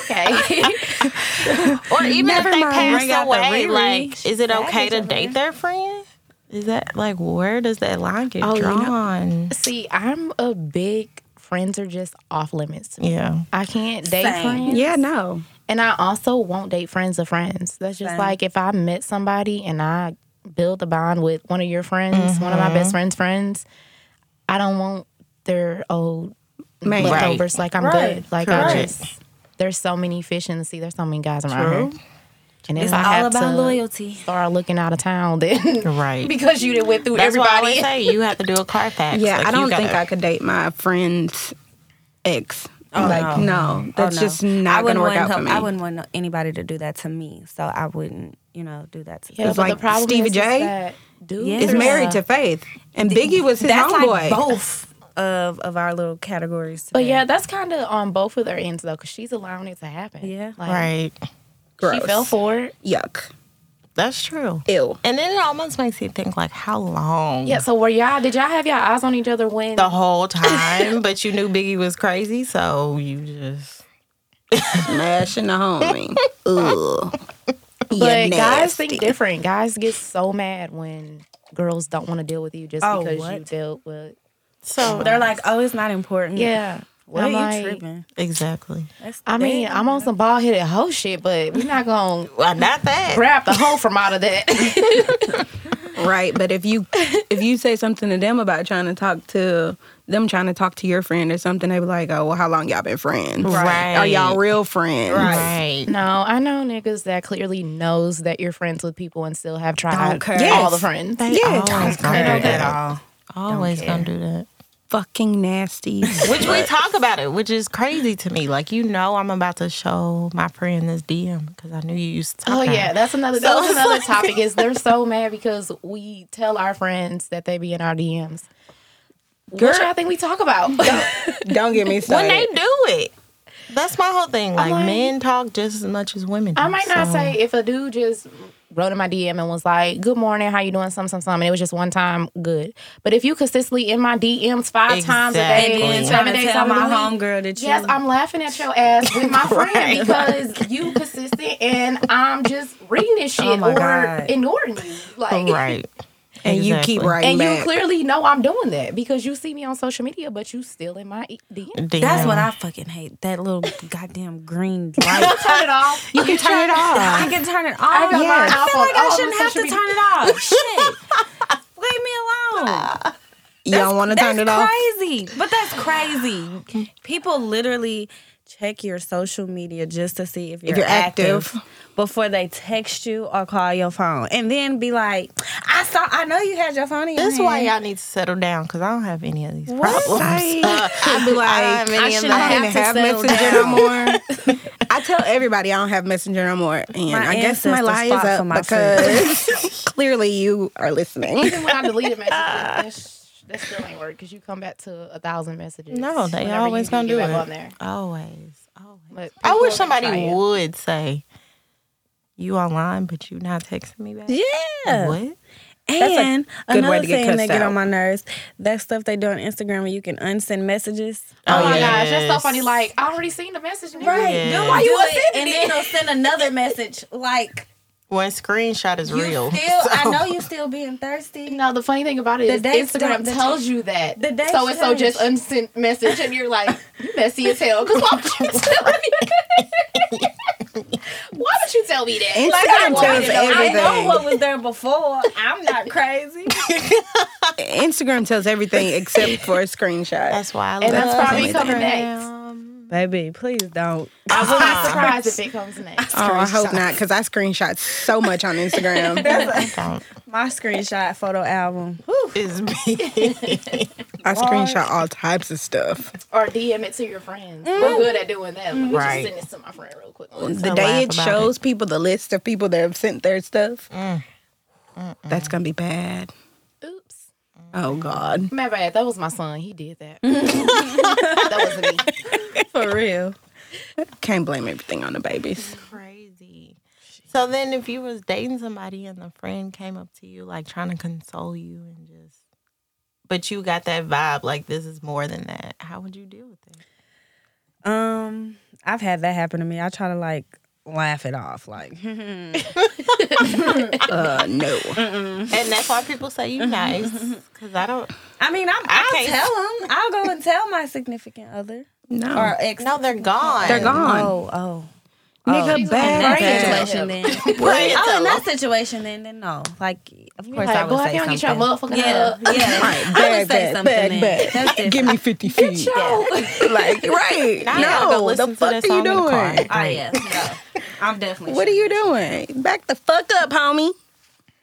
S4: Okay.
S2: or even
S1: Never
S2: if they
S1: mind. Bring
S2: pass
S1: out the
S2: away,
S1: rear
S2: like, is it okay to date their friend? Is that like where does that line get
S1: Oh, you know-
S2: drawn?
S4: See, I'm a big friends are just off limits. to me.
S2: Yeah.
S4: I can't date
S3: Same.
S4: friends.
S1: yeah, no.
S4: And I also won't date friends of friends. That's just
S3: Same.
S4: like if I met somebody and I build a bond with one of your friends, one of my best friend's friends, I don't want their old
S1: Man.
S4: leftovers. Like I'm
S3: Right.
S4: good. Like I
S2: Correct.
S4: just there's so many fish in the sea. There's so many guys
S2: True.
S4: around here. And if
S3: It's
S4: I
S3: all
S4: have
S3: about
S4: to
S3: loyalty.
S4: start looking out of town, then
S2: Right.
S4: because you did went through
S2: That's why I
S4: everybody.
S2: always say you have to do a Carfax.
S1: Yeah,
S2: Like,
S1: I
S2: you
S1: don't
S2: gotta-
S1: think I could date my friend's ex. like no, that's
S3: Oh, no.
S1: just not
S3: I
S1: gonna
S3: wouldn't
S1: work
S3: want
S1: out for
S3: him-
S1: me.
S3: I wouldn't want anybody to do that to me, so I wouldn't, you know, do that to
S4: Yeah,
S1: It's
S4: but
S1: like
S4: the problem
S1: Stevie
S4: is, is
S1: J
S4: that dudes
S1: Is
S4: are-
S1: married to Faith, and Biggie was his
S3: That's
S1: homeboy.
S3: like both of of our little categories.
S4: But
S3: today.
S4: yeah, that's kind of on both of their ends though, because she's allowing it to happen.
S3: Yeah.
S4: like,
S2: Right.
S4: She fell for it.
S1: Yuck.
S2: That's true.
S1: Ew.
S2: And then it almost makes you think like how long?
S4: Yeah. So were y'all? Did y'all have y'all eyes on each other when?
S2: The whole time, but you knew Biggie was crazy, so you just
S1: Smashing the homie. Ugh. You
S4: but guys
S1: nasty.
S4: think different. Guys get so mad when girls don't want to deal with you just
S3: Oh,
S4: because you
S3: what?
S4: dealt with.
S2: so
S3: they're like, oh, it's not important.
S4: Yeah.
S3: What
S4: I'm
S3: are
S4: like,
S3: you tripping?
S2: exactly.
S3: That's-
S4: I mean, I'm on some ball headed hoe shit, but we're not gonna
S2: Well, not that.
S4: grab the hoe from out of that.
S1: Right, but if you if you say something to them about trying to talk to them trying to talk to your friend or something, they be like, "Oh, well, how long y'all been friends?
S2: Right.
S1: Are Oh, y'all real friends?
S2: Right.
S4: no, I know niggas that clearly knows that you're friends with people and still have tried
S3: Don't care.
S4: all
S1: Yes.
S4: the friends.
S2: They
S1: Yeah.
S2: always
S3: I
S2: gonna do
S3: don't care at
S2: that.
S3: all.
S2: Always
S3: Don't
S2: gonna
S3: care.
S2: do that.
S1: Fucking nasty.
S2: Which we talk about it, which is crazy to me. Like you know, I'm about to show my friend this DM because I knew you used to. Talk
S4: Oh
S2: about
S4: yeah,
S2: it.
S4: that's another that was another topic is they're so mad because we tell our friends that they be in our DMs. What y'all think we talk about?
S1: Don't get me
S2: when
S1: started.
S2: they do it. That's my whole thing. Like,
S4: like-
S2: men talk just as much as women. Do,
S4: I might not
S2: so-
S4: say if a dude just wrote in my DM and was like, "Good morning, how you doing?" Some some some, and it was just one time, good. But if you consistently in my DMs five times a
S2: Exactly.
S4: day,
S2: And
S4: seven
S3: Trying to
S4: days
S3: tell
S4: out of
S3: my
S4: the week,
S3: homegirl that you.
S4: Yes, I'm laughing at your ass with my friend because you consistent and I'm just reading this shit
S3: Oh my
S4: or
S3: God.
S4: ignoring you. Like
S2: right,
S1: and you keep
S2: Exactly.
S1: writing
S4: And you
S1: back.
S4: clearly know I'm doing that because you see me on social media, but you still in my e- DM.
S2: Damn.
S3: That's what I fucking hate. That little goddamn green light.
S4: Turn it off.
S1: you can turn it off.
S3: I can turn it off.
S4: I got
S1: Yes.
S4: my
S3: I feel
S4: iPhone
S3: like
S4: all
S3: I
S4: over
S3: shouldn't have to
S4: social media.
S3: turn it off. Shit. Leave me alone.
S1: You don't want to turn it off.
S3: That's crazy. But that's crazy. People literally check your social media just to see if you're,
S1: you're active.
S3: active. before they text you or call your phone and then be like, I saw I know you had your phone in your
S2: That's why
S3: hand."
S2: y'all need to settle down because I don't have any of these
S1: Like,
S2: problems.
S1: I'd be like,
S2: I
S1: I,
S2: don't have any of
S1: shouldn't
S2: that.
S1: even have
S3: I have to
S1: messenger no
S3: settle
S1: more. I tell everybody I don't have messenger no more, and
S3: My
S1: I guess my
S3: ancestors
S1: lie is
S3: fought for
S1: up
S3: my
S1: because clearly you are listening.
S4: Even when I deleted messages, that, sh- that still ain't work because you come back to a thousand messages.
S2: No, they
S4: whenever you
S2: always gonna
S4: get
S2: do
S4: back
S2: it.
S4: on there.
S2: Always, always.
S4: But
S2: I
S4: people
S2: wish
S4: are
S2: somebody
S4: trying.
S2: would say, "You online, but you not texting me back."
S3: Yeah.
S2: What?
S1: a
S3: And
S1: good way
S3: another
S1: to get
S3: thing that
S1: cussed
S3: get
S1: out.
S3: on my nerves, that stuff they do on Instagram where you can unsend messages.
S4: Oh, my
S2: yes.
S4: gosh, that's so funny. Like I already seen the message. nigga.
S2: Yeah.
S3: dude,
S2: Why
S3: do
S4: you
S3: it,
S4: sending
S3: and
S4: it?
S3: then they'll send another message like
S2: One screenshot is real.
S3: You still, I know you still being thirsty.
S4: No, the funny thing about it is
S3: The dates
S4: Instagram
S3: don't- the-
S4: tells you that.
S3: the dates
S4: so and so just unsent message, and you're like, you messy as hell. Because why would you tell me? why would you tell me that? Like, I
S1: Instagram
S4: want
S1: tells
S4: to know.
S3: I know
S1: everything.
S3: what was there before. I'm not crazy.
S1: Instagram tells everything except for a screenshot.
S2: That's why I love
S4: And that's probably coming
S2: Instagram.
S3: Baby, please don't.
S4: I was not surprised if it comes next.
S1: Oh, I hope not, because I screenshot so much on Instagram.
S2: That's
S3: My screenshot photo album.
S2: is me.
S1: I screenshot all types of stuff.
S4: Or DM it to your friends.
S3: Mm-hmm.
S4: We're good at doing that. Let me
S2: Right.
S4: just send this to my friend real quick.
S1: The
S2: Don't
S1: day
S2: laugh
S1: it
S2: about
S1: shows people the list of people that have sent their stuff, that's gonna be bad.
S4: Oops.
S1: Oh God.
S4: My bad. That was my son. He did that. that wasn't me. For real.
S1: Can't blame everything on the babies.
S2: Crazy. So then, if you was dating somebody and the friend came up to you like trying to console you and just, but you got that vibe like this is more than that. How would you deal with it?
S3: Um, I've had that happen to me. I try to like laugh it off, like hmm.
S1: Uh, no.
S2: And that's why people say you nice because I don't.
S3: I mean, I'm,
S2: I
S3: I'll
S2: can't-
S3: tell him. I'll go and tell my significant other
S1: No.
S3: or ex.
S2: No, they're gone.
S1: They're gone.
S3: Oh, oh.
S1: Nigga,
S3: That
S1: bad. bad.
S3: situation then.
S2: Right.
S3: oh, in that situation then, then no. Like, of course I would
S4: boy,
S3: say
S4: if you don't get your
S3: something.
S4: motherfucking
S3: yeah,
S4: hug.
S3: yeah. I would say something. then. That's different.
S1: Give me 50 feet. like, right.
S2: I gotta go
S1: no.
S2: listen
S1: The
S2: to that
S1: fuck are you
S2: song in the car.
S1: doing?
S3: Oh yeah, no. I'm definitely.
S1: What are you doing? Back the fuck up, homie.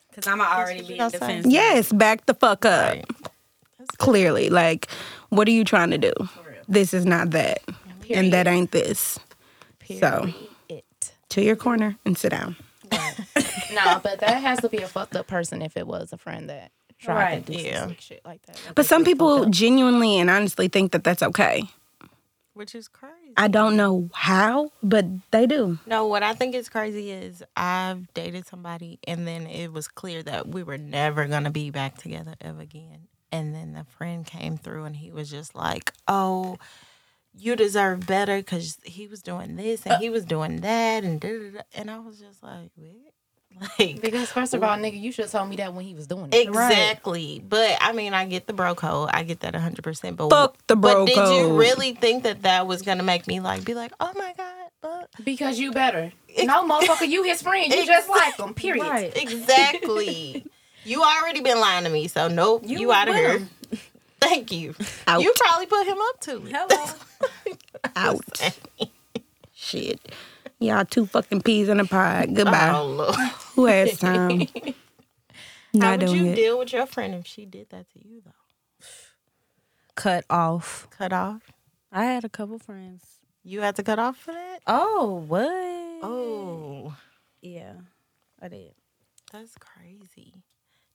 S3: Because I'm already being
S2: gonna say.
S3: defensive.
S1: Yes, back the fuck up. Clearly. Like, what are you trying to do? This is not that. And that ain't this. So,
S4: It.
S1: to your corner and sit down.
S4: No, but that has to be a fucked up person if it was a friend that tried
S3: Right,
S4: to do
S2: yeah.
S4: some sick shit like that.
S1: But some people genuinely and honestly think that that's okay.
S2: which is crazy.
S1: I don't know how, but they do.
S2: No, what I think is crazy is I've dated somebody and then it was clear that we were never going to be back together ever again. And then the friend came through and he was just like, oh, you deserve better because he was doing this and he was doing that and da da da. And I was just like, what? Like,
S4: Because first of all, nigga, you should have told me that when he was doing it.
S2: exactly. But I mean, I get the bro code. I get that 100%. But,
S1: Fuck the bro
S2: but did you
S1: code.
S2: really think that that was going to make me like, be like, oh my God, look.
S4: Because you better. No, motherfucker, you his friend. You just like him. Period.
S3: Right.
S2: Exactly. you already been lying to me, so nope, you, out of
S3: with
S2: here.
S3: him.
S2: Thank you.
S1: Out.
S2: You probably put him up to it.
S3: Hello.
S1: Out. Shit. Y'all two fucking peas in a pod. Goodbye.
S2: Oh Lord.
S1: Who has time?
S2: How
S1: Not
S2: would
S1: doing
S2: you
S1: it.
S2: deal with your friend if she did that to you though?
S3: Cut off.
S2: Cut off.
S3: I had a couple friends.
S2: You had to cut off for that?
S3: Oh, what?
S2: Oh.
S3: yeah, I did.
S2: That's crazy.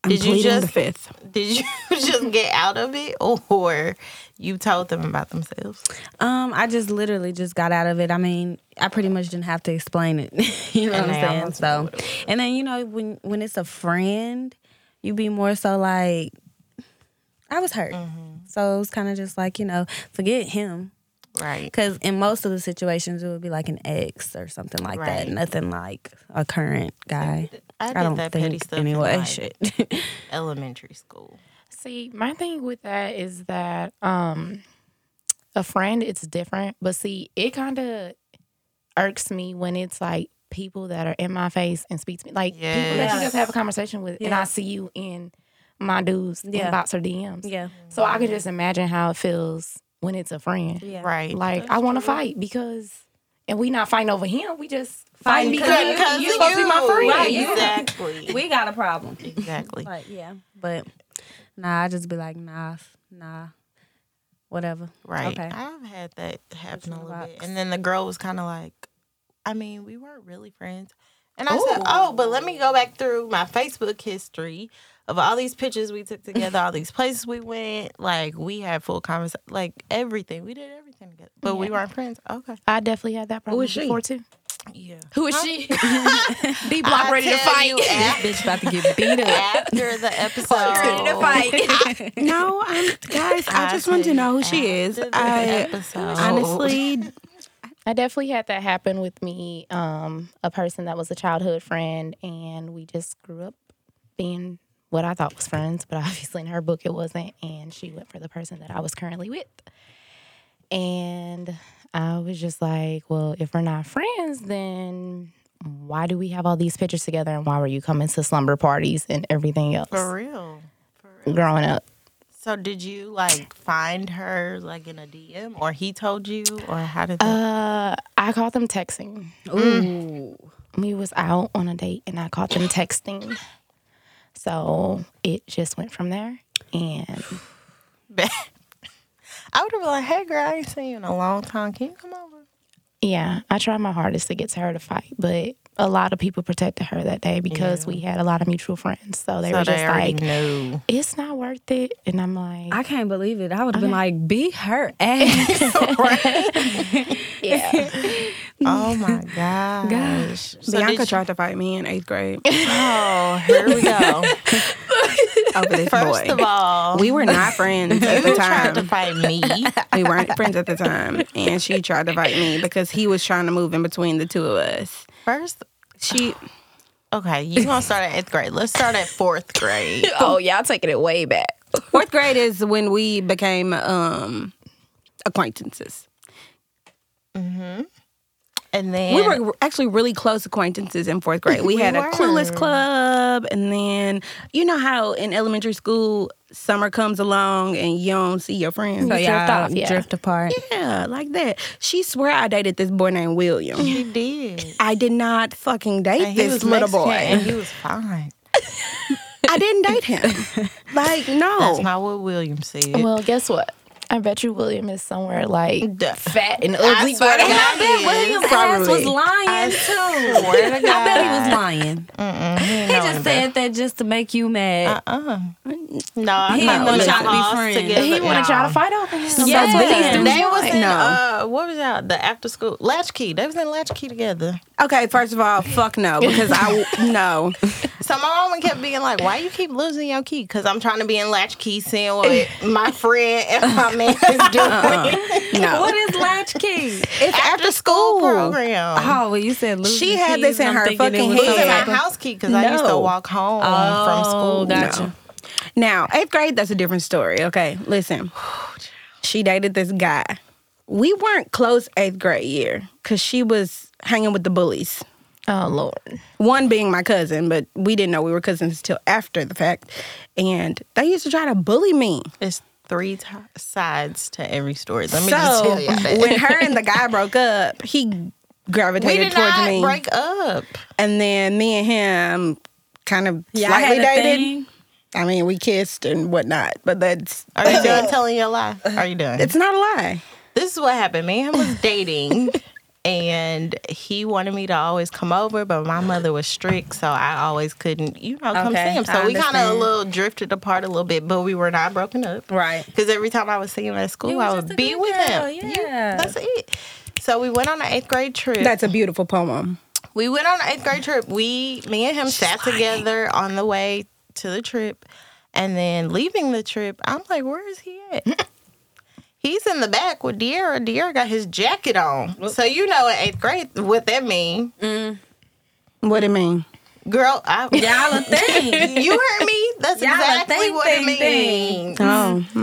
S1: I'm
S2: Did you
S1: pleading
S2: just-
S1: the fifth.
S2: Did you just get out of it or you told them about themselves?
S3: Um, I just literally just got out of it. I mean, I pretty much didn't have to explain it. you know
S2: And
S3: what
S2: they
S3: I'm saying?
S2: almost
S3: So, and then you know when when it's a friend, you be more so like, I was hurt.
S2: Mm-hmm.
S3: So it was kind of just like you know, forget him.
S2: Right.
S3: Because in most of the situations, it would be like an ex or something like
S2: Right.
S3: that. Nothing like a current guy.
S2: I did
S3: don't
S2: that
S3: think
S2: petty stuff in,
S3: anyway.
S2: like,
S3: Shit.
S2: Elementary school.
S4: See, my thing with that is that um a friend it's different, but see, it kind of irks me when it's like people that are in my face and speak to me, like people that
S2: Yes.
S4: you just have a conversation with, and I see you in my dudes
S3: Yeah.
S4: inbox or DMs.
S3: yeah.
S4: So I can just imagine how it feels when it's a friend.
S3: Yeah.
S2: Right.
S4: Like I want to fight because, and we not fighting over him. We just fighting
S3: Fighting
S4: because,
S2: Because
S4: you,
S2: of
S4: you supposed to be my
S2: you.
S4: friend.
S3: Right, yeah.
S2: Exactly.
S3: We got a problem.
S2: Exactly.
S3: Like, yeah. But nah, I just be like, nah, nah, whatever.
S2: Right.
S3: Okay.
S2: I've had that happen a
S3: in the
S2: little bit.
S3: box.
S2: And then the girl was kind of like, I mean, we weren't really friends. And I said, Oh, but let me go back through my Facebook history of all these pictures we took together, all these places we went. Like, we had full conversation, like everything. We did everything together, but we weren't friends. Okay.
S4: I definitely had that problem
S1: is she?
S4: before too.
S2: Yeah.
S4: Who is she? D block
S2: I
S4: ready to
S2: tell
S4: fight.
S2: you, af-
S3: Bitch about to get beat up.
S2: after the episode,
S1: No, I'm, guys, I just want to
S2: said
S1: know who she is.
S2: after the
S1: I
S2: episode.
S1: honestly,
S4: I definitely had that happen with me. Um, a person that was a childhood friend, and we just grew up being what I thought was friends, but obviously in her book it wasn't, and she went for the person that I was currently with. And I was just like, well, if we're not friends, then why do we have all these pictures together, and why were you coming to slumber parties and everything else
S2: for real.
S4: growing up?
S2: So did you like find her like in a DM or he told you or how did that
S4: Uh, I caught them texting.
S3: Ooh.
S4: we was out on a date and I caught them texting. So it just went from there. And
S2: I would have been like, hey girl, I ain't seen you in a long time. Can you come over?
S4: yeah, I tried my hardest to get to her to fight, but a lot of people protected her that day because we had a lot of mutual friends. So they
S2: so
S4: were just
S2: they already
S4: like,
S2: knew.
S4: it's not worth it. And I'm like,
S3: I can't believe it. I would have been like, be her ass.
S4: yeah.
S2: Oh my gosh. gosh.
S1: Bianca tried to fight me in eighth grade.
S2: Oh, here we go.
S1: Over this
S2: First
S1: boy.
S2: of all,
S1: we were not friends at the
S2: you tried to
S1: time.
S2: fight me.
S1: We weren't friends at the time. And she tried to fight me because he was trying to move in between the two of us.
S2: First,
S1: She
S2: okay, you gonna start at eighth grade. Let's start at fourth grade.
S4: oh, y'all taking it way back.
S1: fourth grade is when we became um acquaintances.
S2: And then
S1: we were actually really close acquaintances in fourth grade. We,
S2: We
S1: had
S2: were.
S1: a clueless club, and then you know how in elementary school summer comes along and you don't see your friends.
S3: so
S4: drift
S3: y'all
S4: off, yeah.
S3: drift apart.
S1: Yeah, like that. She swear I dated this boy named William.
S2: you did.
S1: I did not fucking date
S2: Mm-hmm. And he
S1: this
S2: was
S1: little
S2: Mexican and
S1: boy.
S2: he was fine.
S1: I didn't date him. like no.
S2: That's not what William said.
S4: Well, guess what? I bet you William is somewhere like
S2: Duh.
S4: fat and ugly.
S2: swear
S4: by
S2: to
S4: the
S2: God.
S4: time.
S2: bet William's
S1: ass was
S3: lying
S2: I swear to God.
S3: I bet he was lying.
S2: he
S3: He just said that just to make you mad.
S2: uh-uh. No, I
S3: He
S2: he
S3: wanted
S2: wanted
S3: y'all to be
S2: y'all to be
S3: friends.
S2: together.
S4: He wanted
S2: no.
S4: y'all to fight over him.
S3: Yeah.
S4: That's what these dudes
S2: They was
S4: want.
S2: in
S1: No.
S2: uh, what was y'all? The after school latchkey. They was in latchkey together.
S1: Okay, first of all, fuck no because I w- no.
S2: So my mama kept being like, "Why you keep losing your key?" Because I'm trying to be in latchkey, seeing what my friend and my man is doing.
S1: No.
S3: What is latchkey?
S1: It's after,
S2: School
S1: school.
S2: program.
S3: oh, well, you said losing
S1: She had
S3: keys,
S1: this in
S3: and I'm
S1: her
S3: thinking it
S1: fucking
S3: was
S2: Losing
S1: head.
S3: something.
S2: my house key because I used to
S1: No.
S2: walk home from school.
S3: gotcha.
S1: Oh. Now, eighth grade, that's a different story. Okay, listen. She dated this guy. We weren't close eighth grade year because she was hanging with the bullies.
S4: Oh Lord.
S1: One being my cousin, but we didn't know we were cousins until after the fact. And they used to try to bully me.
S2: It's three t- sides to every story. Let me just
S1: so
S2: tell you that.
S1: when her and the guy broke up, he
S2: we
S1: gravitated
S2: did
S1: towards
S2: not
S1: me.
S2: break up.
S1: and then me and him kind of
S3: Yeah, I
S1: slightly
S3: had a
S1: dated.
S3: thing.
S1: I mean, we kissed and whatnot, but that's
S2: Are you done telling your lie? Are you done?
S1: it's not a lie.
S2: this is what happened. Me and him was dating, and he wanted me to always come over, but my mother was strict, so I always couldn't, you know, come
S3: Okay,
S2: see him. So
S3: I
S2: we kind of a
S3: understand.
S2: little drifted apart a little bit, but we were not broken up.
S3: Right.
S2: Because every time I would see him at school,
S3: You
S2: I
S3: was just
S2: would
S3: a
S2: be
S3: good
S2: with
S3: girl,
S2: him.
S3: yeah.
S2: that's it. So we went on an eighth grade trip.
S1: That's a beautiful poem.
S2: We went on an eighth grade trip. We, me and him, sat together on the way to the trip, and then leaving the trip, I'm like, "Where is he at?" He's in the back with De'Ara. De'Ara got his jacket on, so you know in eighth grade what that mean,
S1: What it mean?
S2: girl. I,
S3: Y'all a thing.
S2: you heard me. That's
S3: Y'all a
S2: exactly
S3: thing,
S2: what it
S3: thing,
S2: mean.
S3: thing.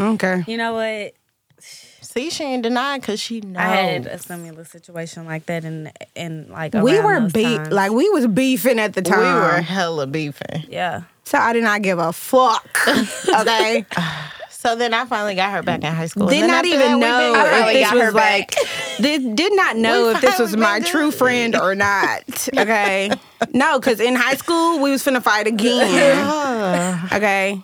S1: Oh, okay.
S3: You know what?
S2: See, she ain't denying because she know.
S3: I had a similar situation like that, and and like
S1: We
S3: around
S1: were
S3: those
S1: beef
S3: times.
S1: like we was beefing at the
S2: we
S1: time.
S2: were hella beefing.
S3: yeah.
S1: so I did not give a fuck. Okay,
S2: So then I finally got her back in high school.
S1: did
S2: And then
S1: not
S2: after
S1: even
S2: that,
S1: know
S2: we been-
S1: if
S4: finally
S1: this
S4: got her
S1: was like. Did, did not know
S2: We
S1: if this was
S2: finally
S1: my
S2: been
S1: true
S2: good.
S1: friend or not. Okay, no, because in high school we was finna fight again.
S2: Uh,
S1: Okay,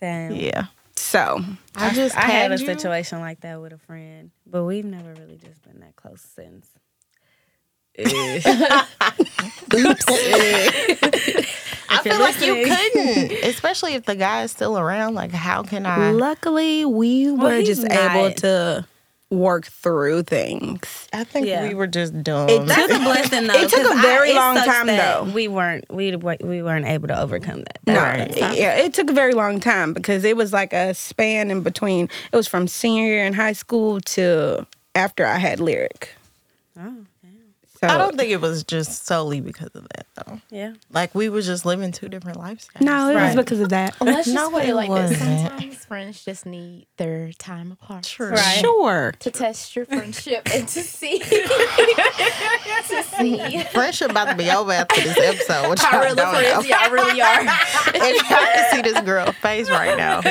S3: Damn.
S2: yeah.
S1: so
S2: I just
S3: I had a
S2: tagged you.
S3: situation like that with a friend, but we've never really just been that close since. Eh.
S2: I
S3: you're
S2: feel like you
S3: listening.
S2: couldn't, especially if the guy is still around. Like, how can I?
S1: luckily we were
S3: he's
S1: just
S3: not.
S1: able to work through things.
S2: I think
S3: Yeah.
S2: we were just dumb.
S3: That's a blessing, though.
S1: It took a
S3: 'cause I-
S1: very
S3: it
S1: long
S3: sucks
S1: time,
S3: that
S1: though.
S3: We weren't we wa- we weren't able to overcome that.
S1: No,
S3: That was-
S1: yeah, it took a very long time because it was like a span in between. It was from senior year in high school to after I had lyric.
S3: Oh,
S1: So
S2: I don't think it was just solely because of that, though.
S3: yeah.
S2: Like, we were just living two different lifestyles.
S1: no, it
S3: Right.
S1: was because of that.
S4: Let's just
S2: No,
S4: put
S2: it
S4: it like this.
S2: wasn't.
S4: Sometimes friends just need their time apart.
S2: Sure.
S3: Right.
S2: Sure.
S4: To test your friendship and to see to see
S2: Friendship about to be over after this episode. Which I really don't know.
S4: y'all really are.
S2: And y'all can see this girl face right now.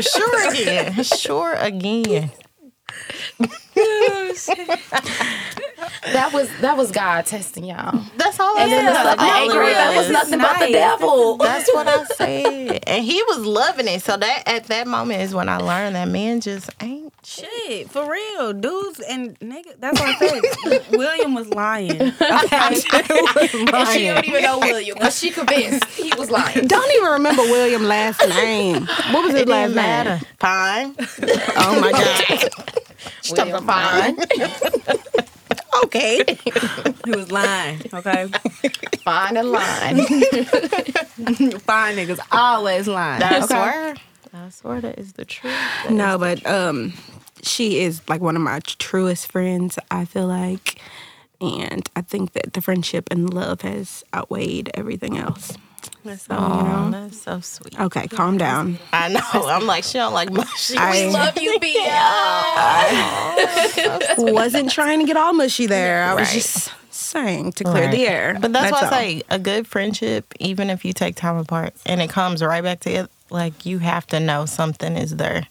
S2: sure again. Sure again.
S4: That was that was God testing y'all.
S2: That's all I
S4: And then it's
S2: said.
S4: like the
S2: All
S4: eighth grade,
S2: it
S4: that was
S2: is.
S4: nothing but the
S3: nice.
S4: devil.
S2: That's what I said. and he was loving it. So that at that moment is when I learned that men just ain't
S3: Shit, for real, dudes and nigga. That's what I said. William was lying.
S5: And she don't even know William, but she convinced he was lying.
S1: Don't even remember William last name. What was his last name?
S2: Pine.
S1: Oh my god.
S5: William fine,
S1: Okay.
S3: He was lying. Okay,
S5: fine and lying.
S3: fine niggas
S1: Ah.
S3: always lying.
S2: I
S3: okay?
S2: swear. I swear that is the truth.
S1: No, but um, she is like one of my truest friends. I feel like, and I think that the friendship and love has outweighed everything else.
S2: That's so, you know, that's so sweet.
S1: Okay, calm down.
S2: I know. I'm like, she don't like mushy.
S1: I-
S5: Love you, Bia.
S1: Wasn't trying to get all mushy there. I was just saying to clear the air.
S2: But that's, why
S1: all.
S2: I say a good friendship, even if you take time apart and it comes right back to it, like you have to know something is there,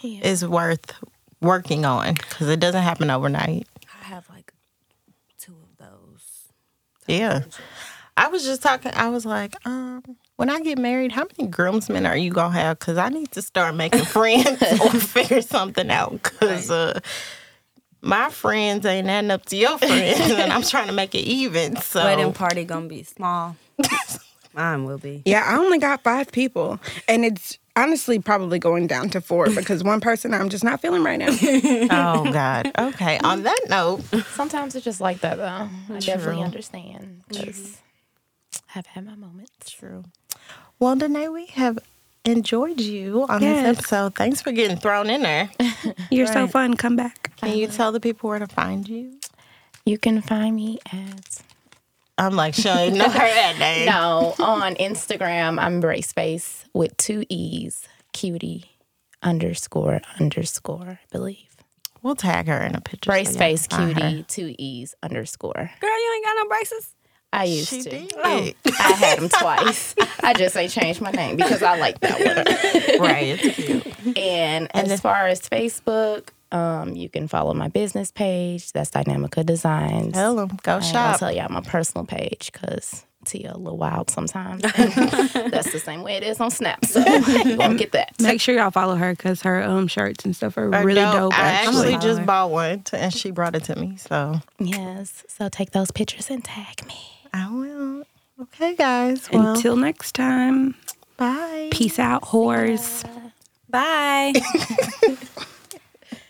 S4: Yeah.
S2: is worth working on because it doesn't happen overnight.
S3: I have like two of those.
S2: Yeah. I was just talking, I was like, um, when I get married, how many groomsmen are you going to have? Because I need to start making friends or figure something out because uh, my friends ain't adding up to your friends and I'm trying to make it even. So,
S3: Wedding party gonna be small. Mine will be.
S1: Yeah, I only got five people, and it's honestly probably going down to four because one person I'm just not feeling right now.
S2: oh God. Okay. On that note,
S4: Sometimes it's just like that, though. I definitely understand. 'cause I've had my moments.
S2: True. Well, Danae, we have enjoyed you on
S1: Yes.
S2: this episode. Thanks for getting thrown in there.
S1: You're so fun. Come back.
S2: Can you tell the people where to find you?
S4: You can find me at
S2: I'm like, sure, no her at name.
S4: no on Instagram. I'm Braceface with two e's, cutie underscore underscore. I believe
S2: We'll tag her in a picture. so y'all
S4: Braceface
S2: can find her.
S4: cutie two e's underscore.
S3: Girl, you ain't got no braces.
S4: I used
S2: She
S4: to.
S2: did.
S4: I had them twice. I just ain't changed my name because I like that one.
S2: right. It's cute.
S4: And, as far as Facebook, um, you can follow my business page. That's Dynamica Designs.
S2: Tell them. Go
S4: I ain't gonna
S2: Oh, shop.
S4: tell y'all my personal page because Tia a little wild sometimes. And that's the same way it is on Snap. So you won't get that.
S1: Make sure y'all follow her because her um shirts and stuff are
S2: Or
S1: really
S2: no,
S1: dope.
S2: I
S1: actually.
S2: actually just bought one t- and she brought it to me. So
S4: Yes. So take those pictures and tag me.
S2: I will. Okay, guys. Well,
S1: Until next time,
S2: bye.
S1: peace out, whores.
S3: Bye.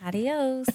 S3: Adios.